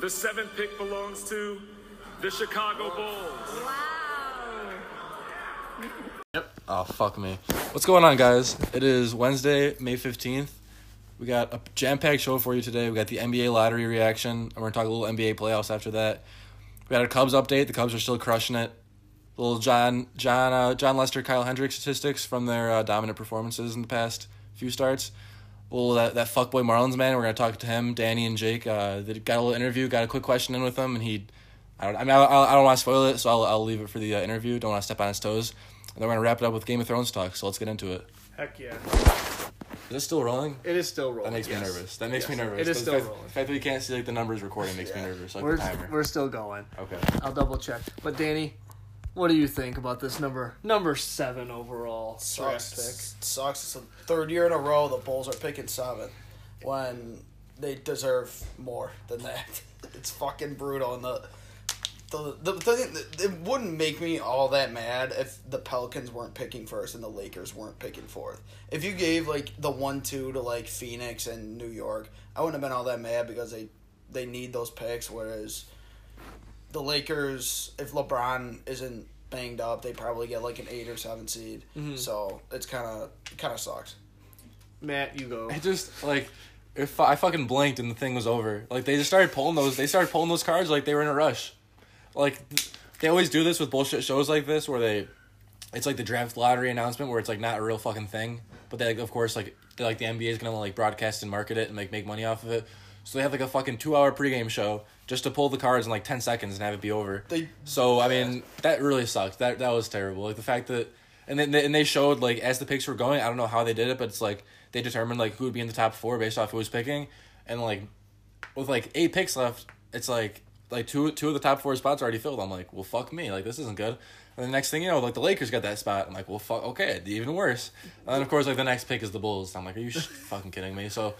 The seventh pick belongs to the Chicago Bulls. Wow. Oh fuck me. What's going on, guys? It is Wednesday, May fifteenth. We got a jam-packed show for you today. We got the NBA lottery reaction, and we're gonna talk a little NBA playoffs after that. We got a Cubs update. The Cubs are still crushing it. Little John, John, uh, John Lester, Kyle Hendricks statistics from their uh, dominant performances in the past few starts. Well, that that fuckboy Marlins man. We're gonna talk to him, Danny and Jake. Uh, they got a little interview. Got a quick question in with him, and he, I don't, I mean, I, I I don't want to spoil it, so I'll I'll leave it for the uh, interview. Don't want to step on his toes. And then we're gonna wrap it up with Game of Thrones talk. So let's get into it. Heck yeah. Is this still rolling? It is still rolling. That makes yes. me nervous. That makes me Yes. nervous. It is The still fact- rolling. The fact that we can't see like the numbers recording makes me nervous. Like the timer. We're, we're still going. okay. I'll double check. But Danny, what do you think about this number number seven overall draft pick? Sucks. Sucks. It's the third year in a row the Bulls are picking seven when they deserve more than that. It's fucking brutal. And the the, the, the thing- it wouldn't make me all that mad if the Pelicans weren't picking first and the Lakers weren't picking fourth. If you gave like the one two to like Phoenix and New York, I wouldn't have been all that mad because they they need those picks. Whereas the Lakers, if LeBron isn't banged up, they probably get like an eight or seven seed. So it's kind of it kind of sucks. Matt, you go. It just like if I fucking blinked and the thing was over. Like they just started pulling those. They started pulling those cards like they were in a rush. Like they always do this with bullshit shows like this where they, it's like the draft lottery announcement where it's like not a real fucking thing. But they like, of course like they like the NBA is gonna like broadcast and market it and like make money off of it. So they have like a fucking two hour pregame show just to pull the cards in like ten seconds and have it be over. They- so I mean that really sucked. That that was terrible. Like the fact that and then and they showed like as the picks were going. I don't know how they did it, but it's like they determined like who would be in the top four based off who was picking, and like with like eight picks left, it's like like two two of the top four spots already filled. I'm like, well, fuck me, like this isn't good. And the next thing you know, like the Lakers got that spot. I'm like, well, fuck, okay, even worse. And then of course, like the next pick is the Bulls. I'm like, are you sh- fucking kidding me? So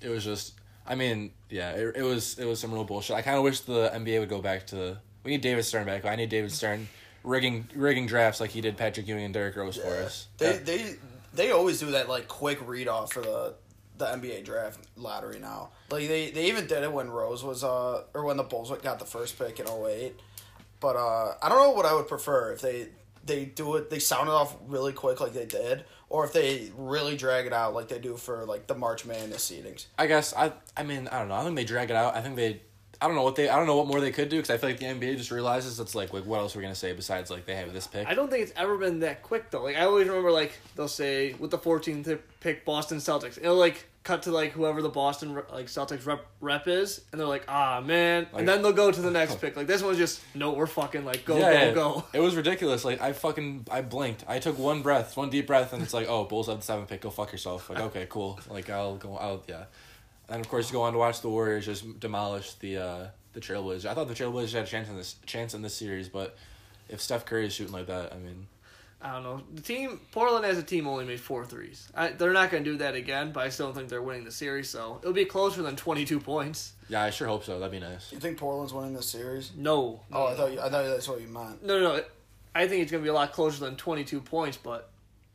it was just, I mean, yeah, it, it was it was some real bullshit. I kind of wish the NBA would go back to. We need David Stern back. I need David Stern rigging rigging drafts like he did Patrick Ewing and Derrick Rose for us. They That- they they always do that like quick read off for the the NBA draft lottery now. Like they, they even did it when Rose was uh or when the Bulls got the first pick in 08. But uh I don't know what I would prefer if they they do it they sound it off really quick like they did or if they really drag it out like they do for like the March Madness seedings. I guess I I mean I don't know. I think they drag it out. I think they I don't know what they I don't know what more they could do because I feel like the NBA just realizes it's like like what else are we gonna say besides like they have this pick. I don't think it's ever been that quick though. Like I always remember, like they'll say with the 14th pick, Boston Celtics. It'll like cut to like whoever the Boston like Celtics rep, rep is, and they're like, ah man, Like- and then they'll go to the next pick. Like this one's just no, we're fucking like go Yeah, go yeah. go. It was ridiculous. Like I fucking I blinked. I took one breath, one deep breath, and it's like oh Bulls have the seventh pick. Go fuck yourself. Like okay cool. Like I'll go. I'll yeah. And of course, you go on to watch the Warriors just demolish the uh, the Trailblazers. I thought the Trailblazers had a chance in this chance in this series, but if Steph Curry is shooting like that, I mean, I don't know. The team Portland as a team only made four threes. I, they're not going to do that again, but I still don't think they're winning the series. So it'll be closer than twenty two points. yeah, I sure hope so. That'd be nice. You think Portland's winning this series? No, no, Oh, I thought you, I thought that's what you meant. no, no. no. I think it's going to be a lot closer than twenty two points, but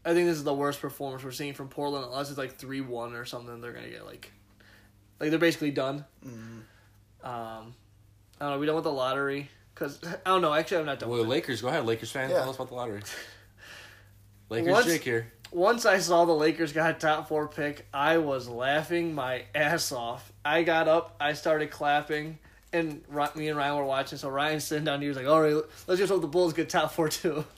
I think this is the worst performance we're seeing from Portland unless it's like three one or something. They're going to get like, like they're basically done. Um, I don't know. We done with the lottery because I don't know. Actually, I'm not done. Well, with it. Lakers, go ahead, Lakers fan. Yeah. Tell us about the lottery. Lakers, Once- Jake here. once I saw the Lakers got a top four pick, I was laughing my ass off. I got up, I started clapping, and Ri- me and Ryan were watching. So Ryan's sitting down, he was like, "All right, let's just hope the Bulls get top four too."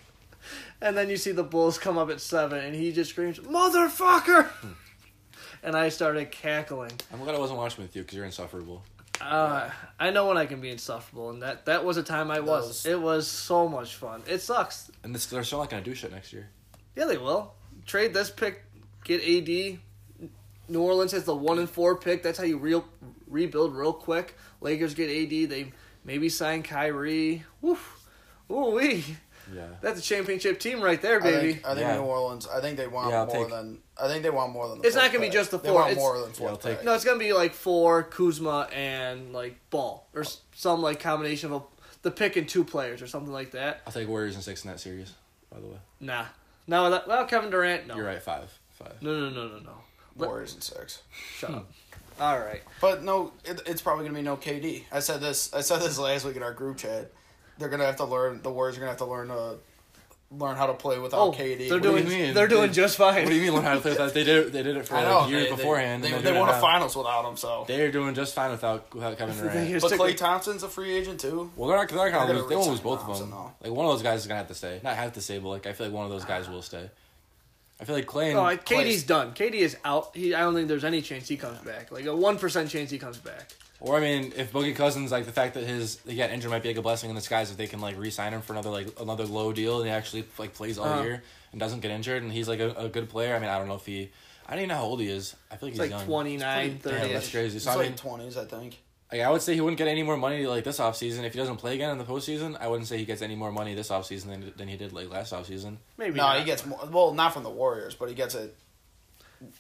And then you see the Bulls come up at seven, and he just screams, "Motherfucker!" And I started cackling. I'm glad I wasn't watching with you because you're insufferable. Uh, I know when I can be insufferable, and that that was a time I was. was- It was so much fun. It sucks. And this, they're still not gonna do shit next year. Yeah, they will. Trade this pick, get AD. New Orleans has the one and four pick. That's how you real rebuild real quick. Lakers get AD. They maybe sign Kyrie. Woof. Ooh wee. Yeah. That's a championship team right there, I baby. think, I think Yeah. New Orleans. I think they want Yeah, I'll more take- than. I think they want more than. The It's not fourth gonna be pick. just the They four, want it's- more than Yeah, I'll fourth take- pick. no, it's gonna be like four Kuzma and like Ball or s- some like combination of a, the pick and two players or something like that. I'll take Warriors and six in that series. By the way, Nah, no, without, without Kevin Durant, no. you're right. Five, five. No, no, no, no, no. Let- Hmm. Warriors and six. Shut up. All right. But no, it, it's probably gonna be no KD. I said this. I said this last week in our group chat. They're gonna have to learn. The Warriors are gonna have to learn to learn how to play without Oh, KD. they're What do you doing you mean? they're doing just fine. What do you mean learn how to play with that? They did it, they did it for I like know years they- they- beforehand. They, and they, they're doing won it a now. finals without him, so. They're doing just fine without without Kevin They Durant. just but took Klay the- Thompson's a free agent too. Well, they're not. They're not They're gonna gonna lose. They won't resign lose both of Thompson, them. though. Like one of those guys is gonna have to stay. Not have to stay, but like I feel like one of those guys will stay. I feel like Clay. And No, like, KD's Oh, done. KD is out. He, I don't think there's any chance he comes back. Like a one percent chance he comes back. Or I mean, if Boogie Cousins, like the fact that his he got injured might be like a blessing in disguise if they can like re-sign him for another like another low deal and he actually like plays all Uh-huh. year and doesn't get injured and he's like a, a good player. I mean, I don't know if he, I don't even know how old he is. I feel like It's he's like young. 29, pretty- Damn, 30 that's ish. crazy. It's So I mean, like twenties, I think. like, I would say he wouldn't get any more money like this offseason. if he doesn't play again in the postseason. I wouldn't say he gets any more money this offseason than than he did like last offseason. Maybe. No, not. he gets more. Well, not from the Warriors, but he gets it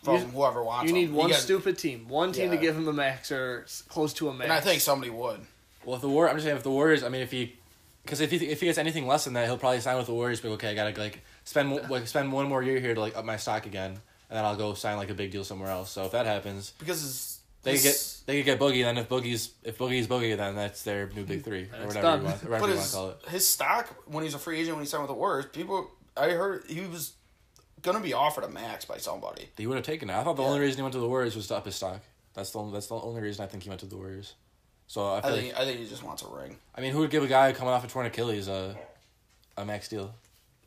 from You- whoever wants. You need him. He one gets- stupid team, one team to Yeah. give him a max or s- close to a max. and I think somebody would. Well, if the war, I'm just saying if the Warriors. I mean, if he, because if he if he gets anything less than that, he'll probably sign with the Warriors. But okay, I gotta like spend mo- like spend one more year here to like up my stock again, and then I'll go sign like a big deal somewhere else. So if that happens, because it's, they could get it's- they could get Boogie. Then if Boogie's if Boogie's Boogie, then that's their new big three or It's whatever done. you want, but whatever you want his- to call it. his stock when he's a free agent when he signed with the Warriors, people I heard he was gonna be offered a max by somebody. He would have taken it. I thought the Yeah. only reason he went to the Warriors was to up his stock. That's the only, that's the only reason I think he went to the Warriors. So I I feel think like, I think he just wants a ring. I mean, who would give a guy coming off a torn Achilles a a max deal?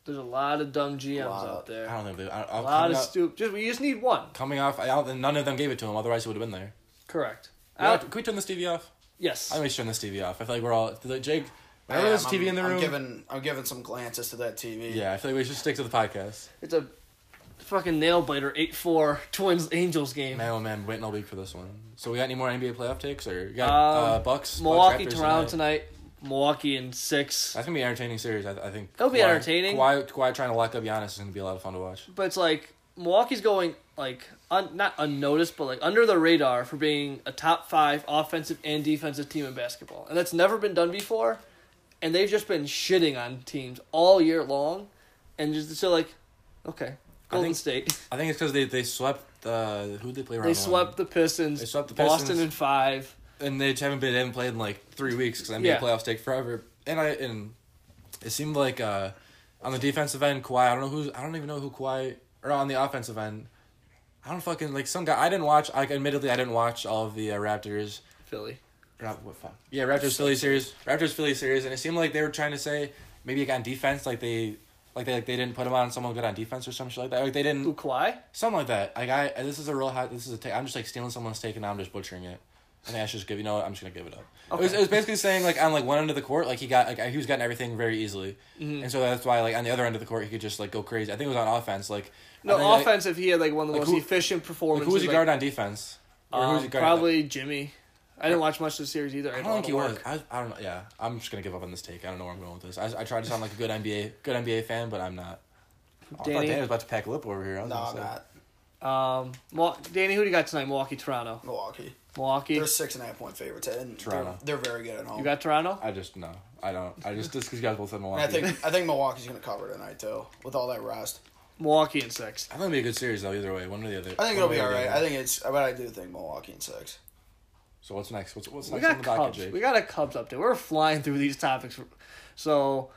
there's a lot of dumb GMs Lot. out I there. don't think they. I, I, a lot coming, of off, stupid. Just we just need one. coming off, I don't, none of them gave it to him. Otherwise, he would have been there. Correct. Yeah, Out- can we turn this TV off? yes. I always turn this TV off. I feel like we're all like Jake. Whenever I there's am. TV in the I'm- room, I'm giving I'm giving some glances to that TV. yeah, I feel like we should stick to the podcast. it's a fucking nail biter. Eight four Twins Angels game. Man, oh man, waiting all week for this one. So we got any more NBA playoff takes or you got Um, uh, Bucks? Milwaukee Bucks, Raptors Toronto tonight? tonight. Milwaukee in six. That's gonna be an entertaining series. I, I think It'll be Kawhi- entertaining. Kawhi, Kawhi trying to lock up Giannis is gonna be a lot of fun to watch. but it's like Milwaukee's going like un- not unnoticed, but like under the radar for being a top five offensive and defensive team in basketball, and that's never been done before. And they've just been shitting on teams all year long, and just so like, okay, Golden think- State. I think it's because they they swept uh, who they play round They one? swept the Pistons. They swept the Boston Pistons. in five. and they haven't been they haven't played in like three weeks because NBA Yeah. playoffs take forever. And I and it seemed like uh, on the defensive end, Kawhi. I don't know who's I don't even know who Kawhi or on the offensive end. I don't fucking like some guy. I didn't watch. Like, admittedly, I didn't watch all of the uh, Raptors. Philly. or not- what fuck? Yeah, Raptors Philly series. Raptors Philly series, and it seemed like they were trying to say maybe like on defense, like they, like they like they didn't put him on someone good on defense or some shit like that. Like they didn't. Ooh, Kawhi. Something like that. Like I, this is a real hot. This is a take. I'm just like stealing someone's take and now I'm just butchering it. I think I should just give. You know, what? I'm just gonna give it up. It, was, Okay. it was basically saying like on like one end of the court, like he got like he was getting everything very easily, Mm-hmm. and so that's why like on the other end of the court he could just like go crazy. I think it was on offense. Like I No think, like- offense. if he had like one of the Like, most who- efficient Like, performances, who was he like, guarding on defense? Or who was um, he guarding? probably Jimmy. I didn't watch much of the series either. I had a don't lot think of he work. was. I, I don't know. Yeah, I'm just gonna give up on this take. I don't know where I'm going with this. I, I tried to sound like a good NBA good NBA fan, but I'm not. I thought Danny? Dan was about to pack a lip over here. I was No, gonna I'm say. not Um, Mil- Danny, who do you got tonight? Milwaukee, Toronto, Milwaukee. Milwaukee. They're six and a half point favorites, and Toronto. They're, they're very good at home. You got Toronto. I just no. I don't. I just just because you guys both said and Milwaukee. I think I think Milwaukee's gonna cover tonight too, with all that rest. Milwaukee in six. I think it'll be a good series though. Either way, one or the other. I think it'll be all right. I think it's, but I do think Milwaukee in six. So what's next? What's what's We next on got the docket, Cubs. Jake? We got a Cubs update. We're flying through these topics. So,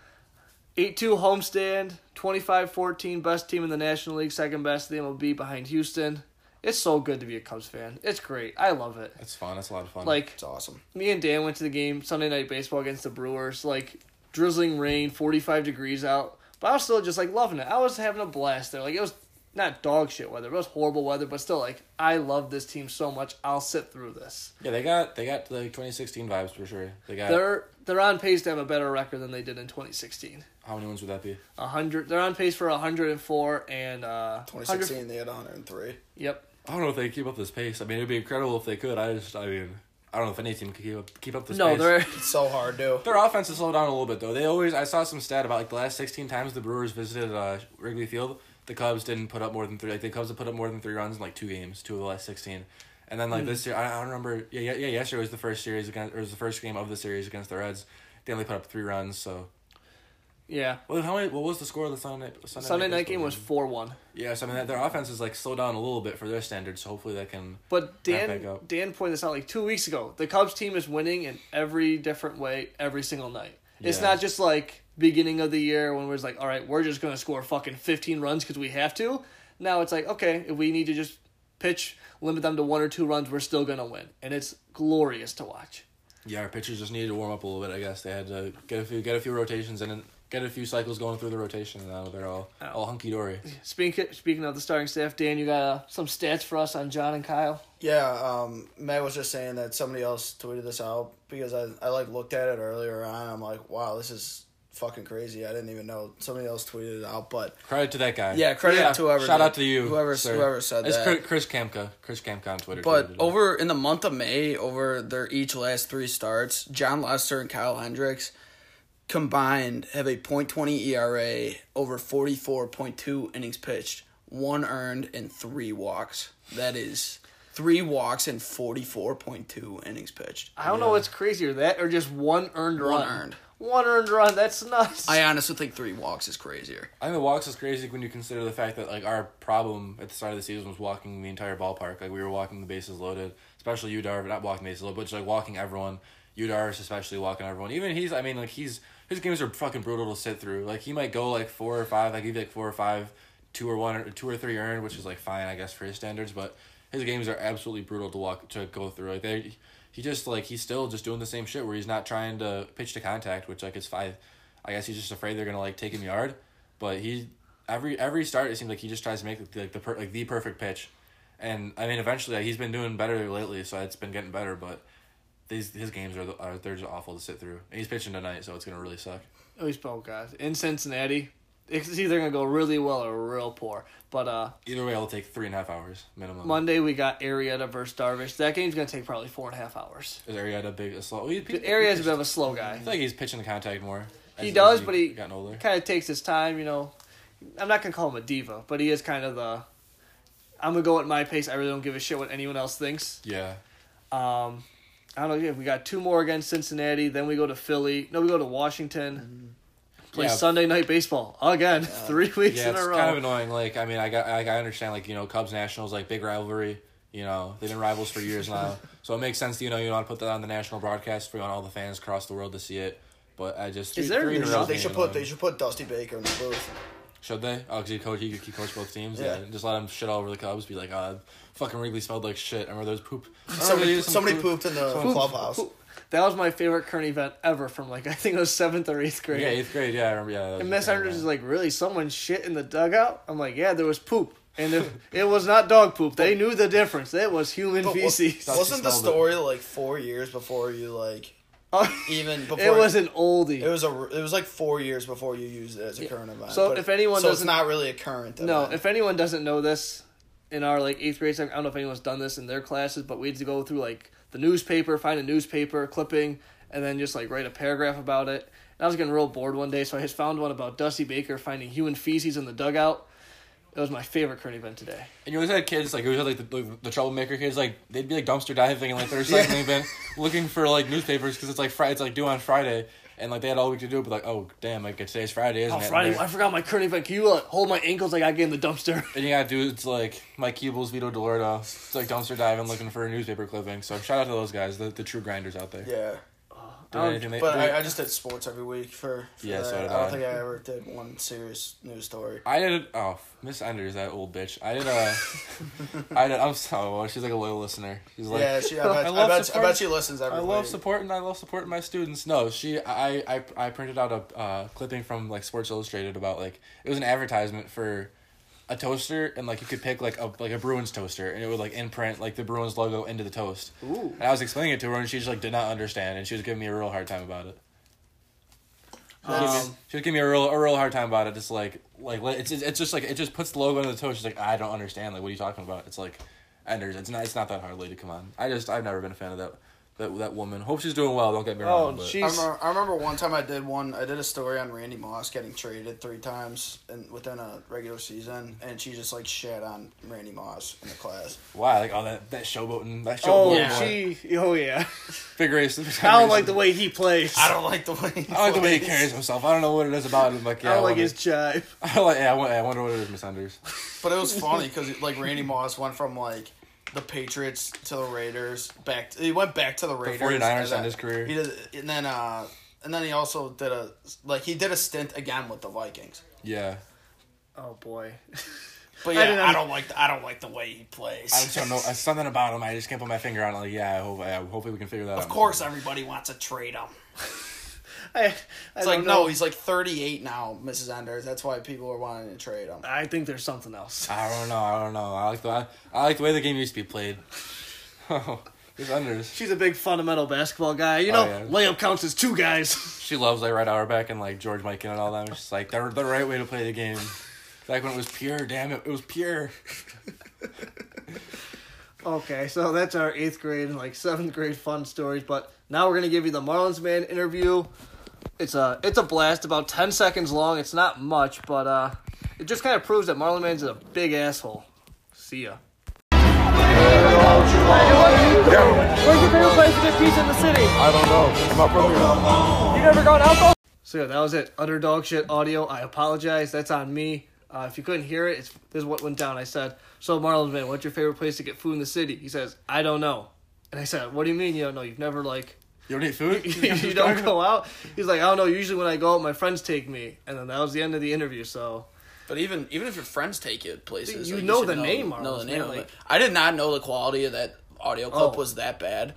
eight two homestand, 25-14, best team in the National League, second best in the MLB behind Houston. It's so good to be a Cubs fan. It's great. I love it. That's fun. That's a lot of fun. Like It's awesome. me and Dan went to the game Sunday night baseball against the Brewers. Like drizzling rain, forty five degrees out, but I was still just like loving it. I was having a blast there. Like it was not dog shit weather. It was horrible weather, but still like I love this team so much. I'll sit through this. yeah, they got they got like 2016 vibes for sure. They got They're they're on pace to have a better record than they did in twenty sixteen. how many wins would that be? A hundred. They're on pace for hundred and four and uh, 100 2016, they had 103. Yep. I don't know if they keep up this pace. I mean, it'd be incredible if they could. I just I mean, I don't know if any team could keep up keep up this No, pace. they're It's so hard, dude. Their offense has slowed down a little bit though. They always I saw some stat about like the last sixteen times the Brewers visited uh, Wrigley Field, the Cubs didn't put up more than three. Like the Cubs have put up more than three runs in like two games, two of the last sixteen. And then like Hmm. this year, I, I don't remember. Yeah, yeah, yeah. Yesterday was the first series against, or was the first game of the series against the Reds. They only put up three runs, so Yeah. Well, how many? What was the score of the Sunday night? Sunday, Sunday night baseball game was four one. Yeah, so I mean, their offense is like slowed down a little bit for their standards. So hopefully that can. But Back Dan back up. Dan pointed this out like two weeks ago. The Cubs team is winning in every different way every single night. It's Yeah. not just like beginning of the year when we're just like, all right, we're just gonna score fucking fifteen runs because we have to. Now it's like, okay, if we need to just pitch, limit them to one or two runs, we're still gonna win, and it's glorious to watch. Yeah, our pitchers just needed to warm up a little bit. I guess they had to get a few get a few rotations and get a few cycles going through the rotation. And now they're all Oh. all hunky dory. Speaking speaking of the starting staff, Dan, you got uh, some stats for us on John and Kyle. Yeah, um, Matt was just saying that somebody else tweeted this out because I, I like looked at it earlier on. I'm like, wow, this is fucking crazy. I didn't even know somebody else tweeted it out, but Credit to that guy. yeah, credit to whoever. Shout did- out to you, whoever sir. whoever said it's that. Chris Kamka. Chris Kamka on Twitter. tweeted But it. over in the month of May, over their each last three starts, John Lester and Kyle Hendricks combined have a .20 ERA over 44.2 innings pitched, one earned and three walks. That is three walks and 44.2 innings pitched. I don't know what's crazier, that or just one earned One run. earned. One earned run. That's nuts. I honestly think three walks is crazier. I think the walks is crazy when you consider the fact that like our problem at the start of the season was walking the entire ballpark. Like we were walking the bases loaded, especially Udar, but not walking the bases loaded, but just like walking everyone. Udar is especially walking everyone. Even he's, I mean, like he's his games are fucking brutal to sit through. Like he might go like four or five, like he'd be like four or five, two or one or two or three earned, which is like fine, I guess, for his standards. But his games are absolutely brutal to walk to go through. Like they, he just like he's still just doing the same shit where he's not trying to pitch to contact, which like is five. I guess he's just afraid they're gonna like take him yard. But he every every start it seems like he just tries to make like the per, like the perfect pitch, and I mean eventually like, he's been doing better lately, so it's been getting better. But these his games are, the- are they're just awful to sit through. And he's pitching tonight, so it's gonna really suck. At least, oh god, in Cincinnati, it's either gonna go really well or real poor. But uh, Either way, it'll take three and a half hours minimum. Monday we got Arietta versus Darvish. That game's gonna take probably four and a half hours. Is Arietta big a slow? He, he, Arietta's a bit of a slow guy. I feel like he's pitching the contact more. He as- does, as but he gotten older. kind of takes his time. You know, I'm not gonna call him a diva, but he is kind of the. I'm gonna go at my pace. I really don't give a shit what anyone else thinks. Yeah, Um, I don't know. yeah, We got two more against Cincinnati. Then we go to Philly. No, we go to Washington. Play Mm-hmm. Yeah. Sunday night baseball again. Three weeks yeah, in it's a row. kind of annoying. Like I mean, I got like, I understand like you know Cubs Nationals like big rivalry. You know they've been rivals for years now, so it makes sense. You know you want to put that on the national broadcast for you want all the fans across the world to see it. But I just Is there- three in a They row They is should annoying. put they should put Dusty Baker in the booth. Should they? Oh, because he coach, he, he coached both teams. Yeah. Yeah. just let him shit all over the Cubs. Be like, oh, fucking Wrigley smelled like shit. I remember there was poop. I remember they Somebody, used Oh, some somebody poop. pooped in the clubhouse. That was my favorite current event ever from like I think it was seventh or eighth grade. Yeah, eighth grade. Yeah, I remember. Yeah, that was and Miss kinda Anders is bad. like, really, someone shit in the dugout? I'm like, yeah, there was poop, and it, it was not dog poop. They knew the difference. It was human But wa- feces. Dusty Wasn't the smelled it. story like four years before you like Uh, even before it was an oldie. It was a. It was like four years before you used it as a current event. So But if anyone so doesn't- it's not really a current. no, event. if anyone doesn't know this, in our like eighth grade, I don't know if anyone's done this in their classes, but we had to go through like the newspaper, find a newspaper clipping, and then just like write a paragraph about it. And I was getting real bored one day, so I just found one about Dusty Baker finding human feces in the dugout. It was my favorite current event today. And you always had kids like you always had like the, like, the troublemaker kids like they'd be like dumpster diving and like the recycling bin looking for like newspapers because it's like Friday it's like due on Friday and like they had all week to do it but like oh damn like today's Friday isn't Oh, it? Friday, And, I like, forgot my current event. Can you like, hold my ankles like I get in the dumpster? and you got dudes like Mike Keebles, Vito Delordo, it's like dumpster diving looking for a newspaper clipping. So shout out to those guys, the, the true grinders out there. yeah, Oh, Doing Um, anything they, but doing- I, I just did sports every week for. for Yeah, that. so did I I. don't think I ever did one serious news story. I did. Oh, Miss Enders, that old bitch. I did. Uh, I did. I'm so. She's like a loyal listener. She's like, yeah, she. I bet. I I, love bet, I support- bet she listens every I love week. supporting. I love supporting my students. No, she. I. I. I printed out a uh, clipping from like Sports Illustrated about like it was an advertisement for a toaster and like you could pick like a like a Bruins toaster and it would like imprint like the Bruins logo into the toast. Ooh. And I was explaining it to her and she just like did not understand and she was giving me a real hard time about it. Um, She was giving me a real a real hard time about it. Just like like like, it's it's just like it just puts the logo into the toast. She's like I don't understand. Like what are you talking about? It's like Enders. It's not it's not that hard, lady. Come on. I just I've never been a fan of that That that woman. Hope she's doing well. Don't get me Oh, wrong. but- she- I remember, I remember one time I did one. I did a story on Randy Moss getting traded three times and within a regular season, and she just like shit on Randy Moss in the class. Why? Like, oh, that, that showboating, that Oh, showboating. Yeah. boy. she. Oh yeah. Figure eight- figure I don't eight- like the way he plays. I don't like the way. He I don't like the way he carries himself. I don't know what it is about him. Like, yeah, I don't like wonder- his jive. I don't like. Yeah, I wonder, I wonder what it is, Miss Anders. But it was funny because like Randy Moss went from like the Patriots to the Raiders back. To, he went back to the Raiders. 49ers and then- in his career. He did, and then uh, and then he also did a like he did a stint again with the Vikings. Yeah, Oh boy. But I didn't yeah, I, under- don't like the, I don't like the way he plays. I just don't know. It's something about him. I just can't put my finger on. it. Like, yeah, I hope. I, hopefully, we can figure that out. of course, everybody wants to trade him. I, I It's don't like know. no, he's like 38 now, Mrs. Enders. That's why people are wanting to trade him. I think there's something else. I don't know. I don't know. I like the. I, I like the way the game used to be played. Oh, Miss Anders. She's a big fundamental basketball guy. You know, yeah. layup counts as two guys. She loves like Red Auerbach and like George Mikan and all them. She's like they're the right way to play the game. Back when it was pure. Damn it, it was pure. okay, so that's our eighth grade and like seventh grade fun stories. But now we're gonna give you the Marlins man interview. It's a it's a blast, about ten seconds long. It's not much, but uh, it just kind of proves that Marlon Man's a big asshole. See ya. Where's your favorite place to get pizza in the city? I don't know. I'm not from here. You never gone alcohol? So yeah, that was it. Utter dog shit audio. I apologize. That's on me. Uh, if you couldn't hear it, it's, this is what went down. I said, "So Marlon man, what's your favorite place to get food in the city?" He says, "I don't know." And I said, "What do you mean you don't know? You've never like You don't eat food. you don't go out?" He's like, "I don't know. Usually when I go out, my friends take me." And then that was the end of the interview. So But even even if your friends take you places, You like, know should the name, Marlon, know the name man, of like- it. I did not know the quality of that audio clip Oh. was that bad.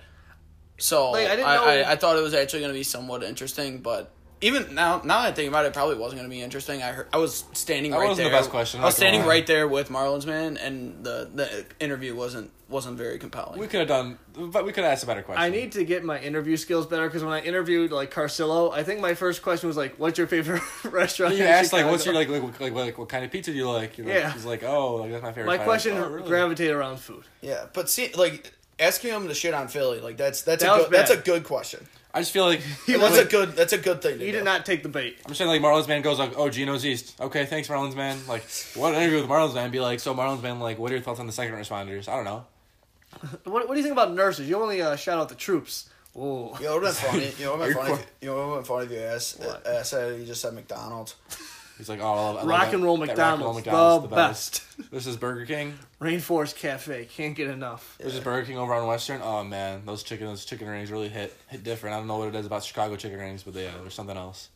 So Like, I I, didn't know- I, I, thought it was actually going to be somewhat interesting, but even now, now that I think about it, it probably wasn't going to be interesting. I heard, I was standing right wasn't the there. best question, I was not gonna standing lie. right there with Marlon's man, and the, the interview wasn't wasn't very compelling. We could have done, but we could have asked a better question. I need to get my interview skills better because when I interviewed like Carcillo, I think my first question was like, "What's your favorite restaurant?" You in asked like, Chicago?" what's your like, like, like, like, what kind of pizza do you like? You know, Yeah. He's like, oh, like, that's my favorite. My kind. question Oh, really? gravitated around food. yeah, but see, like asking him to shit on Philly, like that's that's That a was good, that's a bad. good question. I just feel like He That's was- a good that's a good thing. To He do. did not take the bait. I'm saying like Marlins man goes like, oh, Geno's East. Okay, thanks Marlins man. Like, what an interview with Marlins man? Be like, so Marlins man, like, what are your thoughts on the second responders? I don't know. What, what do you think about nurses? You only uh, shout out the troops. Whoa. You know what would have been funny? You know what would have been You're funny? If, you know what would have been funny if you uh, asked, What? asked that you just said McDonald's? He's like, oh, I love, I love Rock that- and roll that McDonald's, the, best. This is Burger King. Rainforest Cafe, can't get enough. This is Burger King over on Western. Oh man, those chicken, those chicken rings really hit hit different. I don't know what it is about Chicago chicken rings, but they uh, there's something else.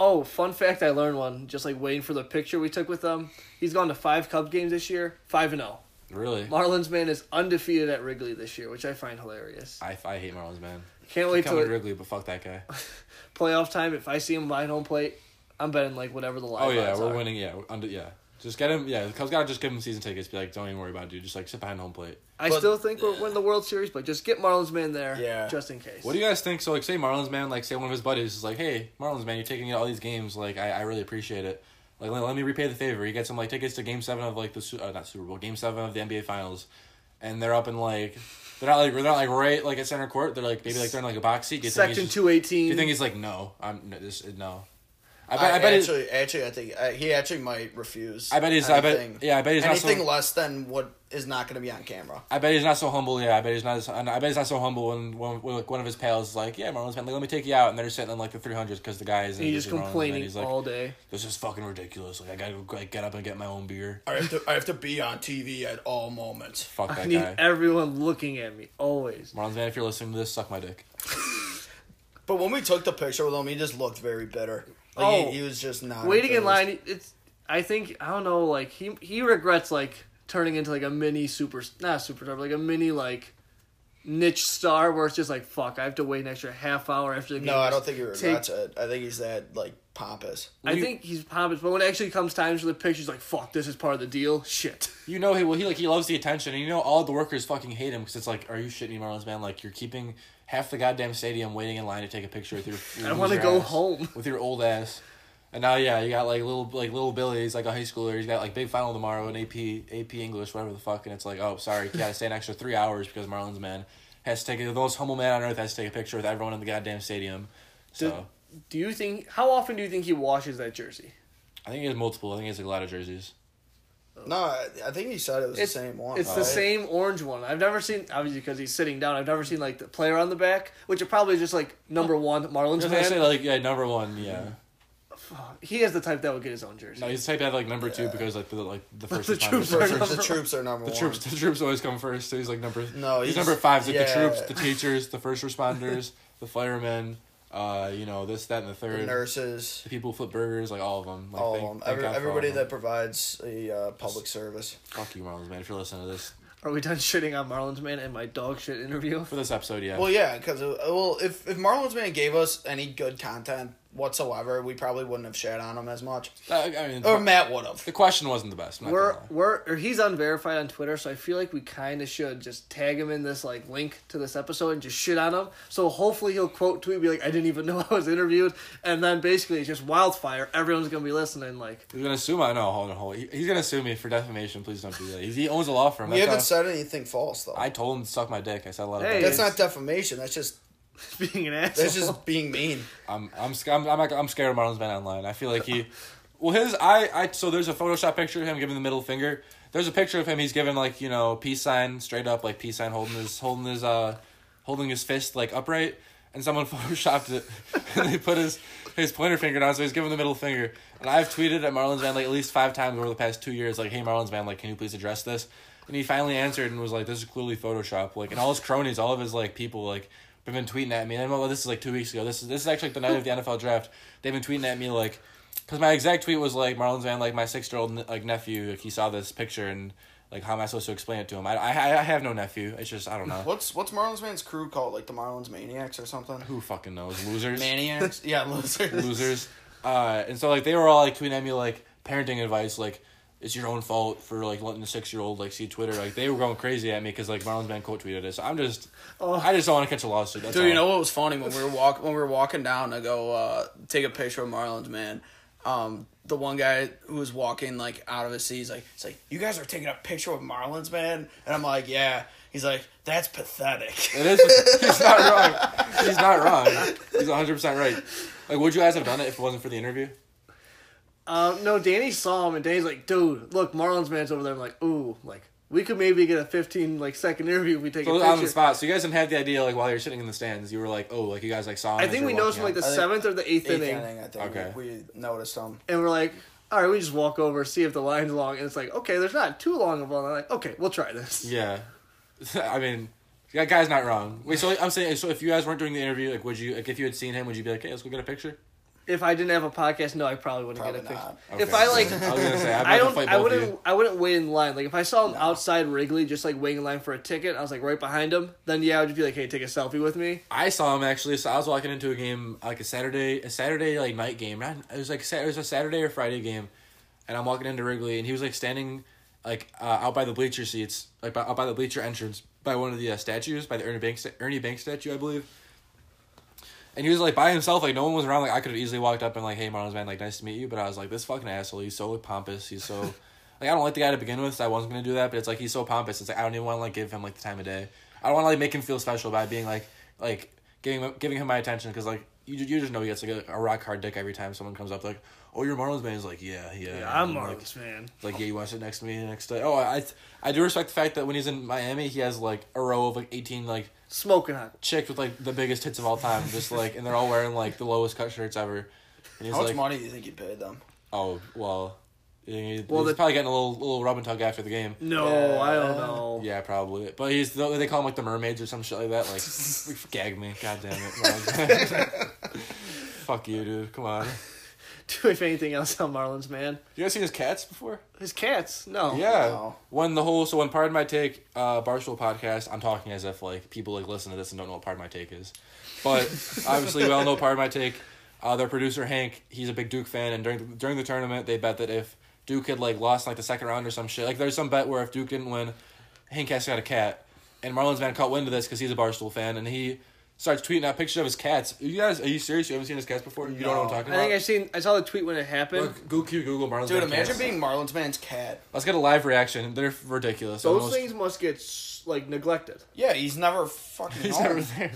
Oh, fun fact I learned one, just like waiting for the picture we took with them. He's gone to five Cub games this year, 5 and oh. 0. Really, Marlins man is undefeated at Wrigley this year, which I find hilarious. I, I hate Marlins man. Can't wait Come to till Wrigley, but fuck that guy. playoff time. If I see him behind home plate, I'm betting like whatever the line Oh yeah, odds we're are. winning. Yeah, we're under. Yeah, just get him. Yeah, the Cubs gotta just give him season tickets. Be like, don't even worry about it, dude. Just like sit behind home plate. I But- still think we'll win the World Series, but just get Marlins man there Yeah. just in case. What do you guys think? So like, say Marlins man, like say one of his buddies is like, hey, Marlins man, you're taking all these games. Like, I, I really appreciate it. Like, let, let me repay the favor. You get some like tickets to Game Seven of like the Su- uh, not Super Bowl, Game Seven of the NBA Finals, and they're up in like, they're not like they're not like right like at center court. They're like maybe like they're in like a box seat. Do you think he's Section just- 218. Do you think he's like no? I'm no, this no. I bet. I, I, bet. he's- actually, actually, I think I, he actually might refuse. I bet he's. I bet. anything- Yeah, I bet he's not. so- anything less than what is not going to be on camera. I bet he's not so humble. Yeah, I bet he's not. As, I bet he's not so humble when, when, when like, one of his pals is like, "Yeah, Marlon's man, like, let me take you out," and they're sitting in like the three hundreds because the guy is. He's just complaining He's like, all day. "This is fucking ridiculous. Like, I gotta go, like, get up and get my own beer." I have to, I have to be on TV at all moments. Fuck I that need guy. everyone looking at me always. Marlon's man, if you're listening to this, suck my dick. But when we took the picture with him, he just looked very bitter. Like, Oh. he, he was just not Waiting in enthused. line, it's. I think I don't know. Like he he regrets like turning into like a mini super not a superstar, but like a mini like niche star where it's just like fuck. I have to wait an extra half hour after the game. No, I don't think he Take- regrets it. I think he's that like pompous. I think he's pompous, but when it actually comes time for the picture, he's like fuck. This is part of the deal. Shit. You know, he well, he like he loves the attention, and you know all the workers fucking hate him because it's like, are you shitting me, Marlon's man? Like, you're keeping half the goddamn stadium waiting in line to take a picture with your. your I wanna loser go ass, home. with your old ass. And now, yeah, you got like little like little Billy. He's like a high schooler. He's got like big final tomorrow in AP AP English, whatever the fuck. And it's like, oh, sorry, you gotta stay an extra three hours because Marlon's man has to take the most humble man on earth has to take a picture with everyone in the goddamn stadium. So Do, do you think how often do you think he washes that jersey? I think he has multiple. I think he has like a lot of jerseys. No, I, I think he said it was the same one. It's the right? same orange one. I've never seen obviously because he's sitting down. I've never seen like the player on the back, which are probably just like number one Marlins Doesn't fan. say like yeah number one yeah. he is the type that would get his own jersey. No, he's the type that like number two because like the like the first The time- troops the are The troops- troops- the troops are number the one. troops the troops always come first. So he's like number No, he's, he's- number five. He's, Like yeah. the troops, the teachers, the first responders, the firemen. Uh, you know this, that, and the third. The nurses, The people who flip burgers, like all of them. Like, all thank- of them. thank Oh, Every, God for all everybody of that them. provides a uh, public service. Fuck you, Marlins man. If you're listening to this Are we done shitting on Marlins man and my dog shit interview? for this episode, yeah. Well, yeah, because well, if if Marlins man gave us any good content whatsoever, we probably wouldn't have shat on him as much, Uh, I mean, or Matt would have. the question wasn't the best. I'm not We're gonna lie. we're or he's unverified on Twitter, so I feel like we kind of should just tag him in this like link to this episode and just shit on him. So hopefully he'll quote tweet be like, "I didn't even know I was interviewed," and then basically it's just wildfire. Everyone's gonna be listening. Like He's gonna sue my no, hold on, hold. on. He- he's gonna sue me for defamation. Please don't do that. He's, he owns a law firm. We That's haven't how- said anything false though. I told him to suck my dick. I said a lot of. Hey. things. that's not defamation. That's just being an asshole. that's just being mean. I'm I'm sc- I'm I'm, I'm scared of Marlon's man online. I feel like he, well his I I so there's a Photoshop picture of him giving the middle finger. There's a picture of him. He's giving like you know peace sign straight up like peace sign holding his holding his uh holding his fist like upright. And someone photoshopped it, and they put his his pointer finger down, so he's giving the middle finger. And I've tweeted at Marlins man like at least five times over the past two years, like, "Hey Marlins man, like, can you please address this?" And he finally answered and was like, "This is clearly Photoshop." Like, and all his cronies, all of his like people, like have been tweeting at me. And I know this is like two weeks ago. This is this is actually like the night of the NFL draft. They've been tweeting at me like, because my exact tweet was like Marlins man, like my six year old like nephew, like he saw this picture and like how am I supposed to explain it to him? I I I have no nephew. It's just I don't know. What's what's Marlins man's crew called? Like the Marlins maniacs or something? Who fucking knows? Losers. Maniacs? yeah, losers. losers. Uh, and so like they were all like tweeting at me like parenting advice like it's your own fault for like letting a six year old like see Twitter like they were going crazy at me because like Marlon's man quote tweeted it. So I'm just I just don't want to catch a lawsuit. That's Dude, all. you know what was funny when we were walk when we were walking down to go uh, take a picture of Marlins man. Um, the one guy who was walking like out of his seat, he's like, "It's like you guys are taking a picture with Marlins man," and I'm like, "Yeah." He's like, "That's pathetic." It is. He's not wrong. He's not wrong. He's 100 percent right. Like, would you guys have done it if it wasn't for the interview? Uh, no, Danny saw him, and Danny's like, "Dude, look, Marlins man's over there." I'm like, "Ooh, like we could maybe get a 15 like second interview if we take So it a was picture." on the spot. So you guys didn't have the idea like while you were sitting in the stands, you were like, oh, like you guys like saw. him I as think you we were noticed walking from like the out. think- seventh or the eighth Eighth inning, inning, I think Okay. we, we noticed him. and we're like, "All right, we just walk over, see if the line's long." And it's like, "Okay, there's not too long of one." I'm like, "Okay, we'll try this." Yeah, I mean, that guy's not wrong. Wait, so I'm saying, so if you guys weren't doing the interview, like, would you, like, if you had seen him, would you be like, hey, let's go get a picture? If I didn't have a podcast, no, I probably wouldn't get Probably a picture. not. If I like, I was gonna say, I'd I I do don't, Fight both I of wouldn't, you. I wouldn't wait in line. Like if I saw him outside Wrigley, just like waiting in line for a ticket, I was like right behind him. Then yeah, I would just be like, "Hey, take a selfie with me." I saw him actually. So I was walking into a game, like a Saturday, a Saturday like night game. Not, it was like Sa- it was a Saturday or Friday game, and I'm walking into Wrigley, and he was like standing, like uh, out by the bleacher seats, like by, out by the bleacher entrance, by one of the uh, statues, by the Ernie Banks Ernie Banks statue, I believe. And he was like by himself, like no one was around. Like I could have easily walked up and like, "Hey, Marlins man, like nice to meet you," but I was like, "This fucking asshole. He's so pompous. He's so like I don't like the guy to begin with. So I wasn't gonna do that, but it's like he's so pompous. It's like I don't even want to like give him like the time of day. I don't want to like make him feel special by being like like giving him- giving him my attention because like you you just know he gets like a, a rock hard dick every time someone comes up like, "Oh, you're a Marlins man." He's like, "Yeah, yeah." Yeah, I'm And, like, Marlins man. it's Like yeah, you want to sit next to me the next day. Oh, I I do respect the fact that when he's in Miami, he has like a row of like eighteen like Smoking hot. chick with like the biggest tits of all time, just like, and they're all wearing like the lowest cut shirts ever. And he's How much like, money do you think he paid them? oh well, he, well, Well, he's the- probably getting a little little rub and tug after the game. No, I don't Yeah. know. Yeah, probably. But he's the, they call him like the mermaids or some shit like that. Like, gag me, god damn it. Fuck you, dude. Come on. Do if anything else on Marlins, man. You guys seen his cats before? His cats, no. Yeah. No. When the whole so when Pardon My Take uh Barstool podcast, I'm talking as if like people like listen to this and don't know what Pardon My Take is. But obviously we all know Pardon My Take. Uh, their producer Hank, he's a big Duke fan and during during the tournament they bet that if Duke had like lost like the second round or some shit, like there's some bet where if Duke didn't win, Hank has got a cat. And Marlins man caught wind of this because he's a Barstool fan and he starts tweeting out pictures of his cats. You guys, are you serious? You haven't seen his cats before? You don't know what I'm talking I think I about? seen. I saw the tweet when it happened. Look, Go Q Google Marlins. Dude, Band imagine cats. being Marlins man's cat. Let's get a live reaction. They're ridiculous. Those Almost- things must get s- like neglected. Yeah, he's never fucking. He's home. never there.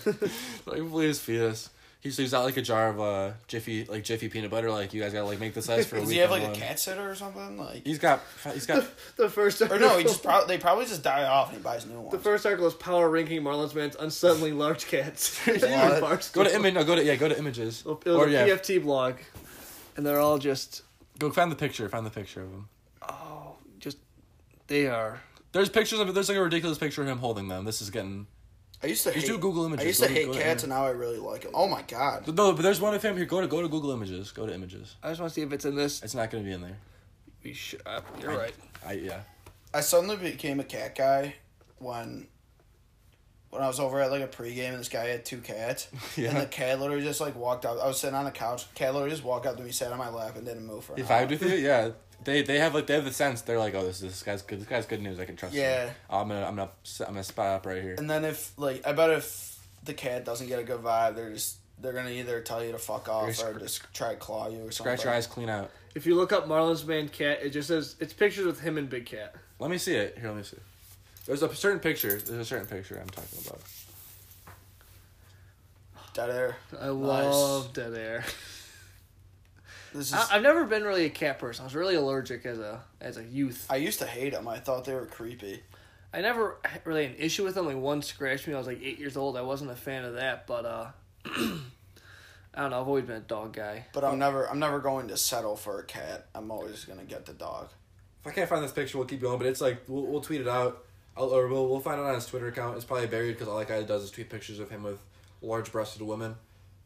like, believe his fetus. He sleeps out like a jar of uh, Jiffy, like Jiffy peanut butter. Like you guys gotta like make this size for a week. Does he have and like a then- cat sitter or something? Like, He's got. He's got. The first or no, he just prob- they probably just die off and he buys new ones. The first article is power ranking Marlins man's unsuddenly large cats. go go to image. No, go to yeah. Go to images. It was Or a yeah. PFT blog, and they're all just Go find the picture. Find the picture of him. just they are. There's pictures of it. There's like a ridiculous picture of him holding them. This is getting. I used to Just hate, do Google Images. I used Go to to- hate go to cats, Images. and now I really like them. Oh my god! No, but there's one of him here. Go to go to Google Images. Go to images. I just want to see if it's in this. It's not gonna be in there. We should, uh, you're right. I yeah. I suddenly became a cat guy when when I was over at like a pregame and this guy had two cats. Yeah. And the cat literally just like walked up. I was sitting on the couch. Cat literally just walked up to me, sat on my lap, and didn't move for. An If I hour. do with you, yeah. They they have like they have the sense. They're like, oh, this this guy's good. This guy's good news. I can trust. him. Yeah. I'm gonna I'm gonna I'm gonna spy up right here. And then if like I bet if the cat doesn't get a good vibe, they're just they're gonna either tell you to fuck off Or or, scr- just try to claw you or something. Scratch your eyes, clean out. If you look up Marlins man cat, it just says it's pictures with him and Big Cat. Let me see it. Here, let me see. There's a certain picture. There's a certain picture I'm talking about. Dead air. I love dead air. This is. I, I, I've never been really a cat person. I was really allergic as a as a youth. used to hate them. I thought they were creepy. I never had really an issue with them. Like one scratched me. I was like eight years old. I wasn't a fan of that, but uh, I don't know. I've always been a dog guy. But Oh. I'm never I'm never going to settle for a cat. I'm always gonna get the dog. If I can't find this picture, we'll keep going. But it's like we'll, we'll tweet it out, I'll, or we'll we'll find it on his Twitter account. It's probably buried because all that guy does is tweet pictures of him with large-breasted women.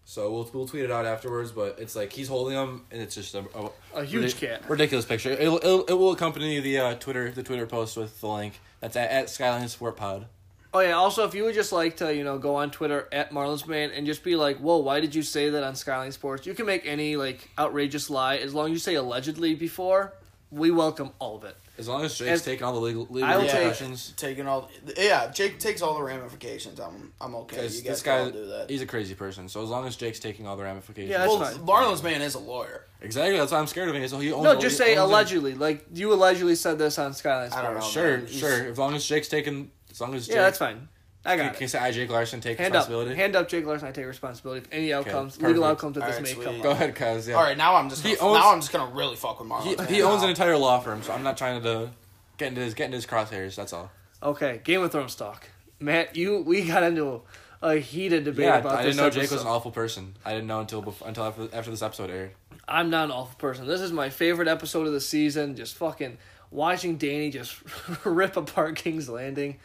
So we'll we'll tweet it out afterwards. But it's like he's holding them, and it's just a, a, A huge cat. ridiculous picture. It'll, it'll it will accompany the uh, Twitter the Twitter post with the link. That's at, at Skyline Sport Pod. Oh yeah. Also, if you would just like to, you know, go on Twitter at Marlinsman and just be like, "Whoa, why did you say that on Skyline Sports?" You can make any like outrageous lie as long as you say allegedly before. We welcome all of it. As long as Jake's As- taking all the legal legal I will take- repercussions. taking all yeah jake takes all the ramifications i'm i'm okay Because you guys this guy, can all do that he's a crazy person. So as long as Jake's taking all the ramifications, Yeah, that's well fine. marlon's man is a lawyer exactly. That's why I'm scared of him. So he owns No, all- just he say owns it. allegedly. Like you allegedly said this on Skyline Sports. I don't know. Sure, man. He's- sure. As long as Jake's taking, as long as Jake, Yeah, that's fine. I Can, got can you it. say I Jake Larson take Hand up, responsibility? hand up, Jake Larson. I take responsibility for any outcomes, perfect. legal outcomes that All this right, may sweet. come Go up. ahead, cuz. Yeah. all right now i'm just He gonna, owns- now i'm just gonna really fuck with marlon's He, man he owns now. an entire law firm, so I'm not trying to get into his get into his crosshairs. That's all. Okay, Game of Thrones talk. Matt, you we got into a heated debate Yeah, about I this. didn't know Jake episode. was an awful person. I didn't know until before, until after, after this episode aired. I'm not an awful person. This is my favorite episode of the season. Just fucking watching Danny just rip apart King's Landing.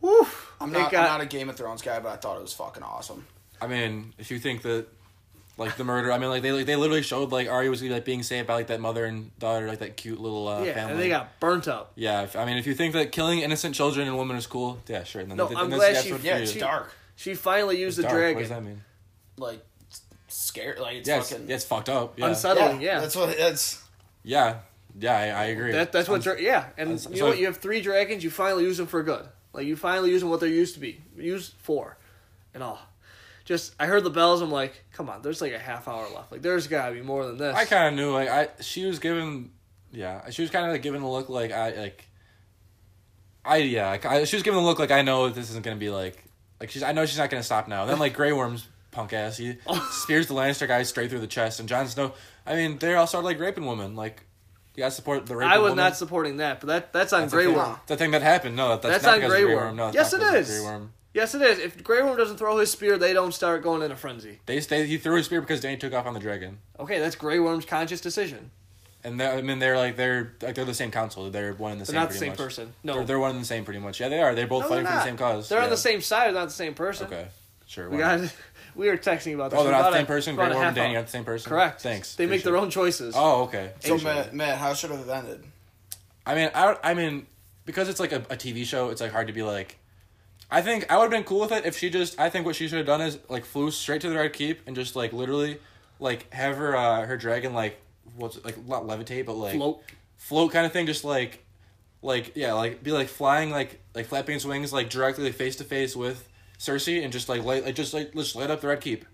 Woo! I'm It not, got- I'm not a game of thrones guy but i thought it was fucking awesome I mean, if you think that, like the murder, I mean, like they like, they literally showed like Arya was like being saved by like that mother and daughter, like that cute little uh, yeah, family. and they got burnt up. Yeah, if, I mean, if you think that killing innocent children and women is cool, yeah, sure. And then No, th- I'm then glad that's she- what yeah for it's you. dark She finally used the Dark, dragon. What does that mean? like it's scared like it's Yeah, it's, fucking yeah, it's fucked up. Yeah, Unsettling, Oh, yeah. that's what it's yeah, yeah. I, I agree. That, that's what, dra- yeah. And so- you know so- what? You have three dragons. You finally use them for good. Like you finally use them what they're used to be. Use four, and all. Just I heard the bells. I'm like, come on. There's like a half hour left. Like there's gotta be more than this. I kind of knew. Like, I she was given, yeah, she was kind of like given a look like I like. I yeah, like, I, she was given a look like I know this isn't gonna be like like she's I know she's not gonna stop now. Then like Grey Worm's punk ass, he Oh. spears the Lannister guy straight through the chest, and Jon Snow. I mean, they all started like raping women. Like, you gotta support the rape. I was woman. not supporting that, but that that's on That's Grey a thing- Worm. The thing that happened. No, that- that's, That's not on because Grey of Grey Worm. Worm. No, it's Yes, not it because of is. Grey Worm. Yes, it is. If Grey Worm doesn't throw his spear, they don't start going in a frenzy. They stay. He threw his spear because Danny took off on the dragon, Okay, that's Grey Worm's conscious decision. and they're, I mean they're like they're like they're the same council. They're one and the They're same. not the pretty same much. person. No. they're, they're one and the same pretty much. Yeah, they are. They're both No, fighting they're for the not. same cause. They're yeah. on the same side, they're not the same person. Okay, sure. We why not? got. We were texting about this. Oh, they're not About the a- same person. about Grey a Worm half and Danny hour. aren't the same person. Correct. Thanks. They make Appreciate their it. own choices. Oh, okay. so Appreciate it. matt, matt how should it have ended I mean, I I mean, because it's like a, a TV show, it's like hard to be like. I think I would have been cool with it if she just. I think what she should have done is like flew straight to the Red Keep and just like literally, like have her uh her dragon like what's it, like not levitate but like Float. float kind of thing just like, like yeah like be like flying like like flapping its wings like directly like face to face with Cersei and just like light, like just like just light up the Red Keep.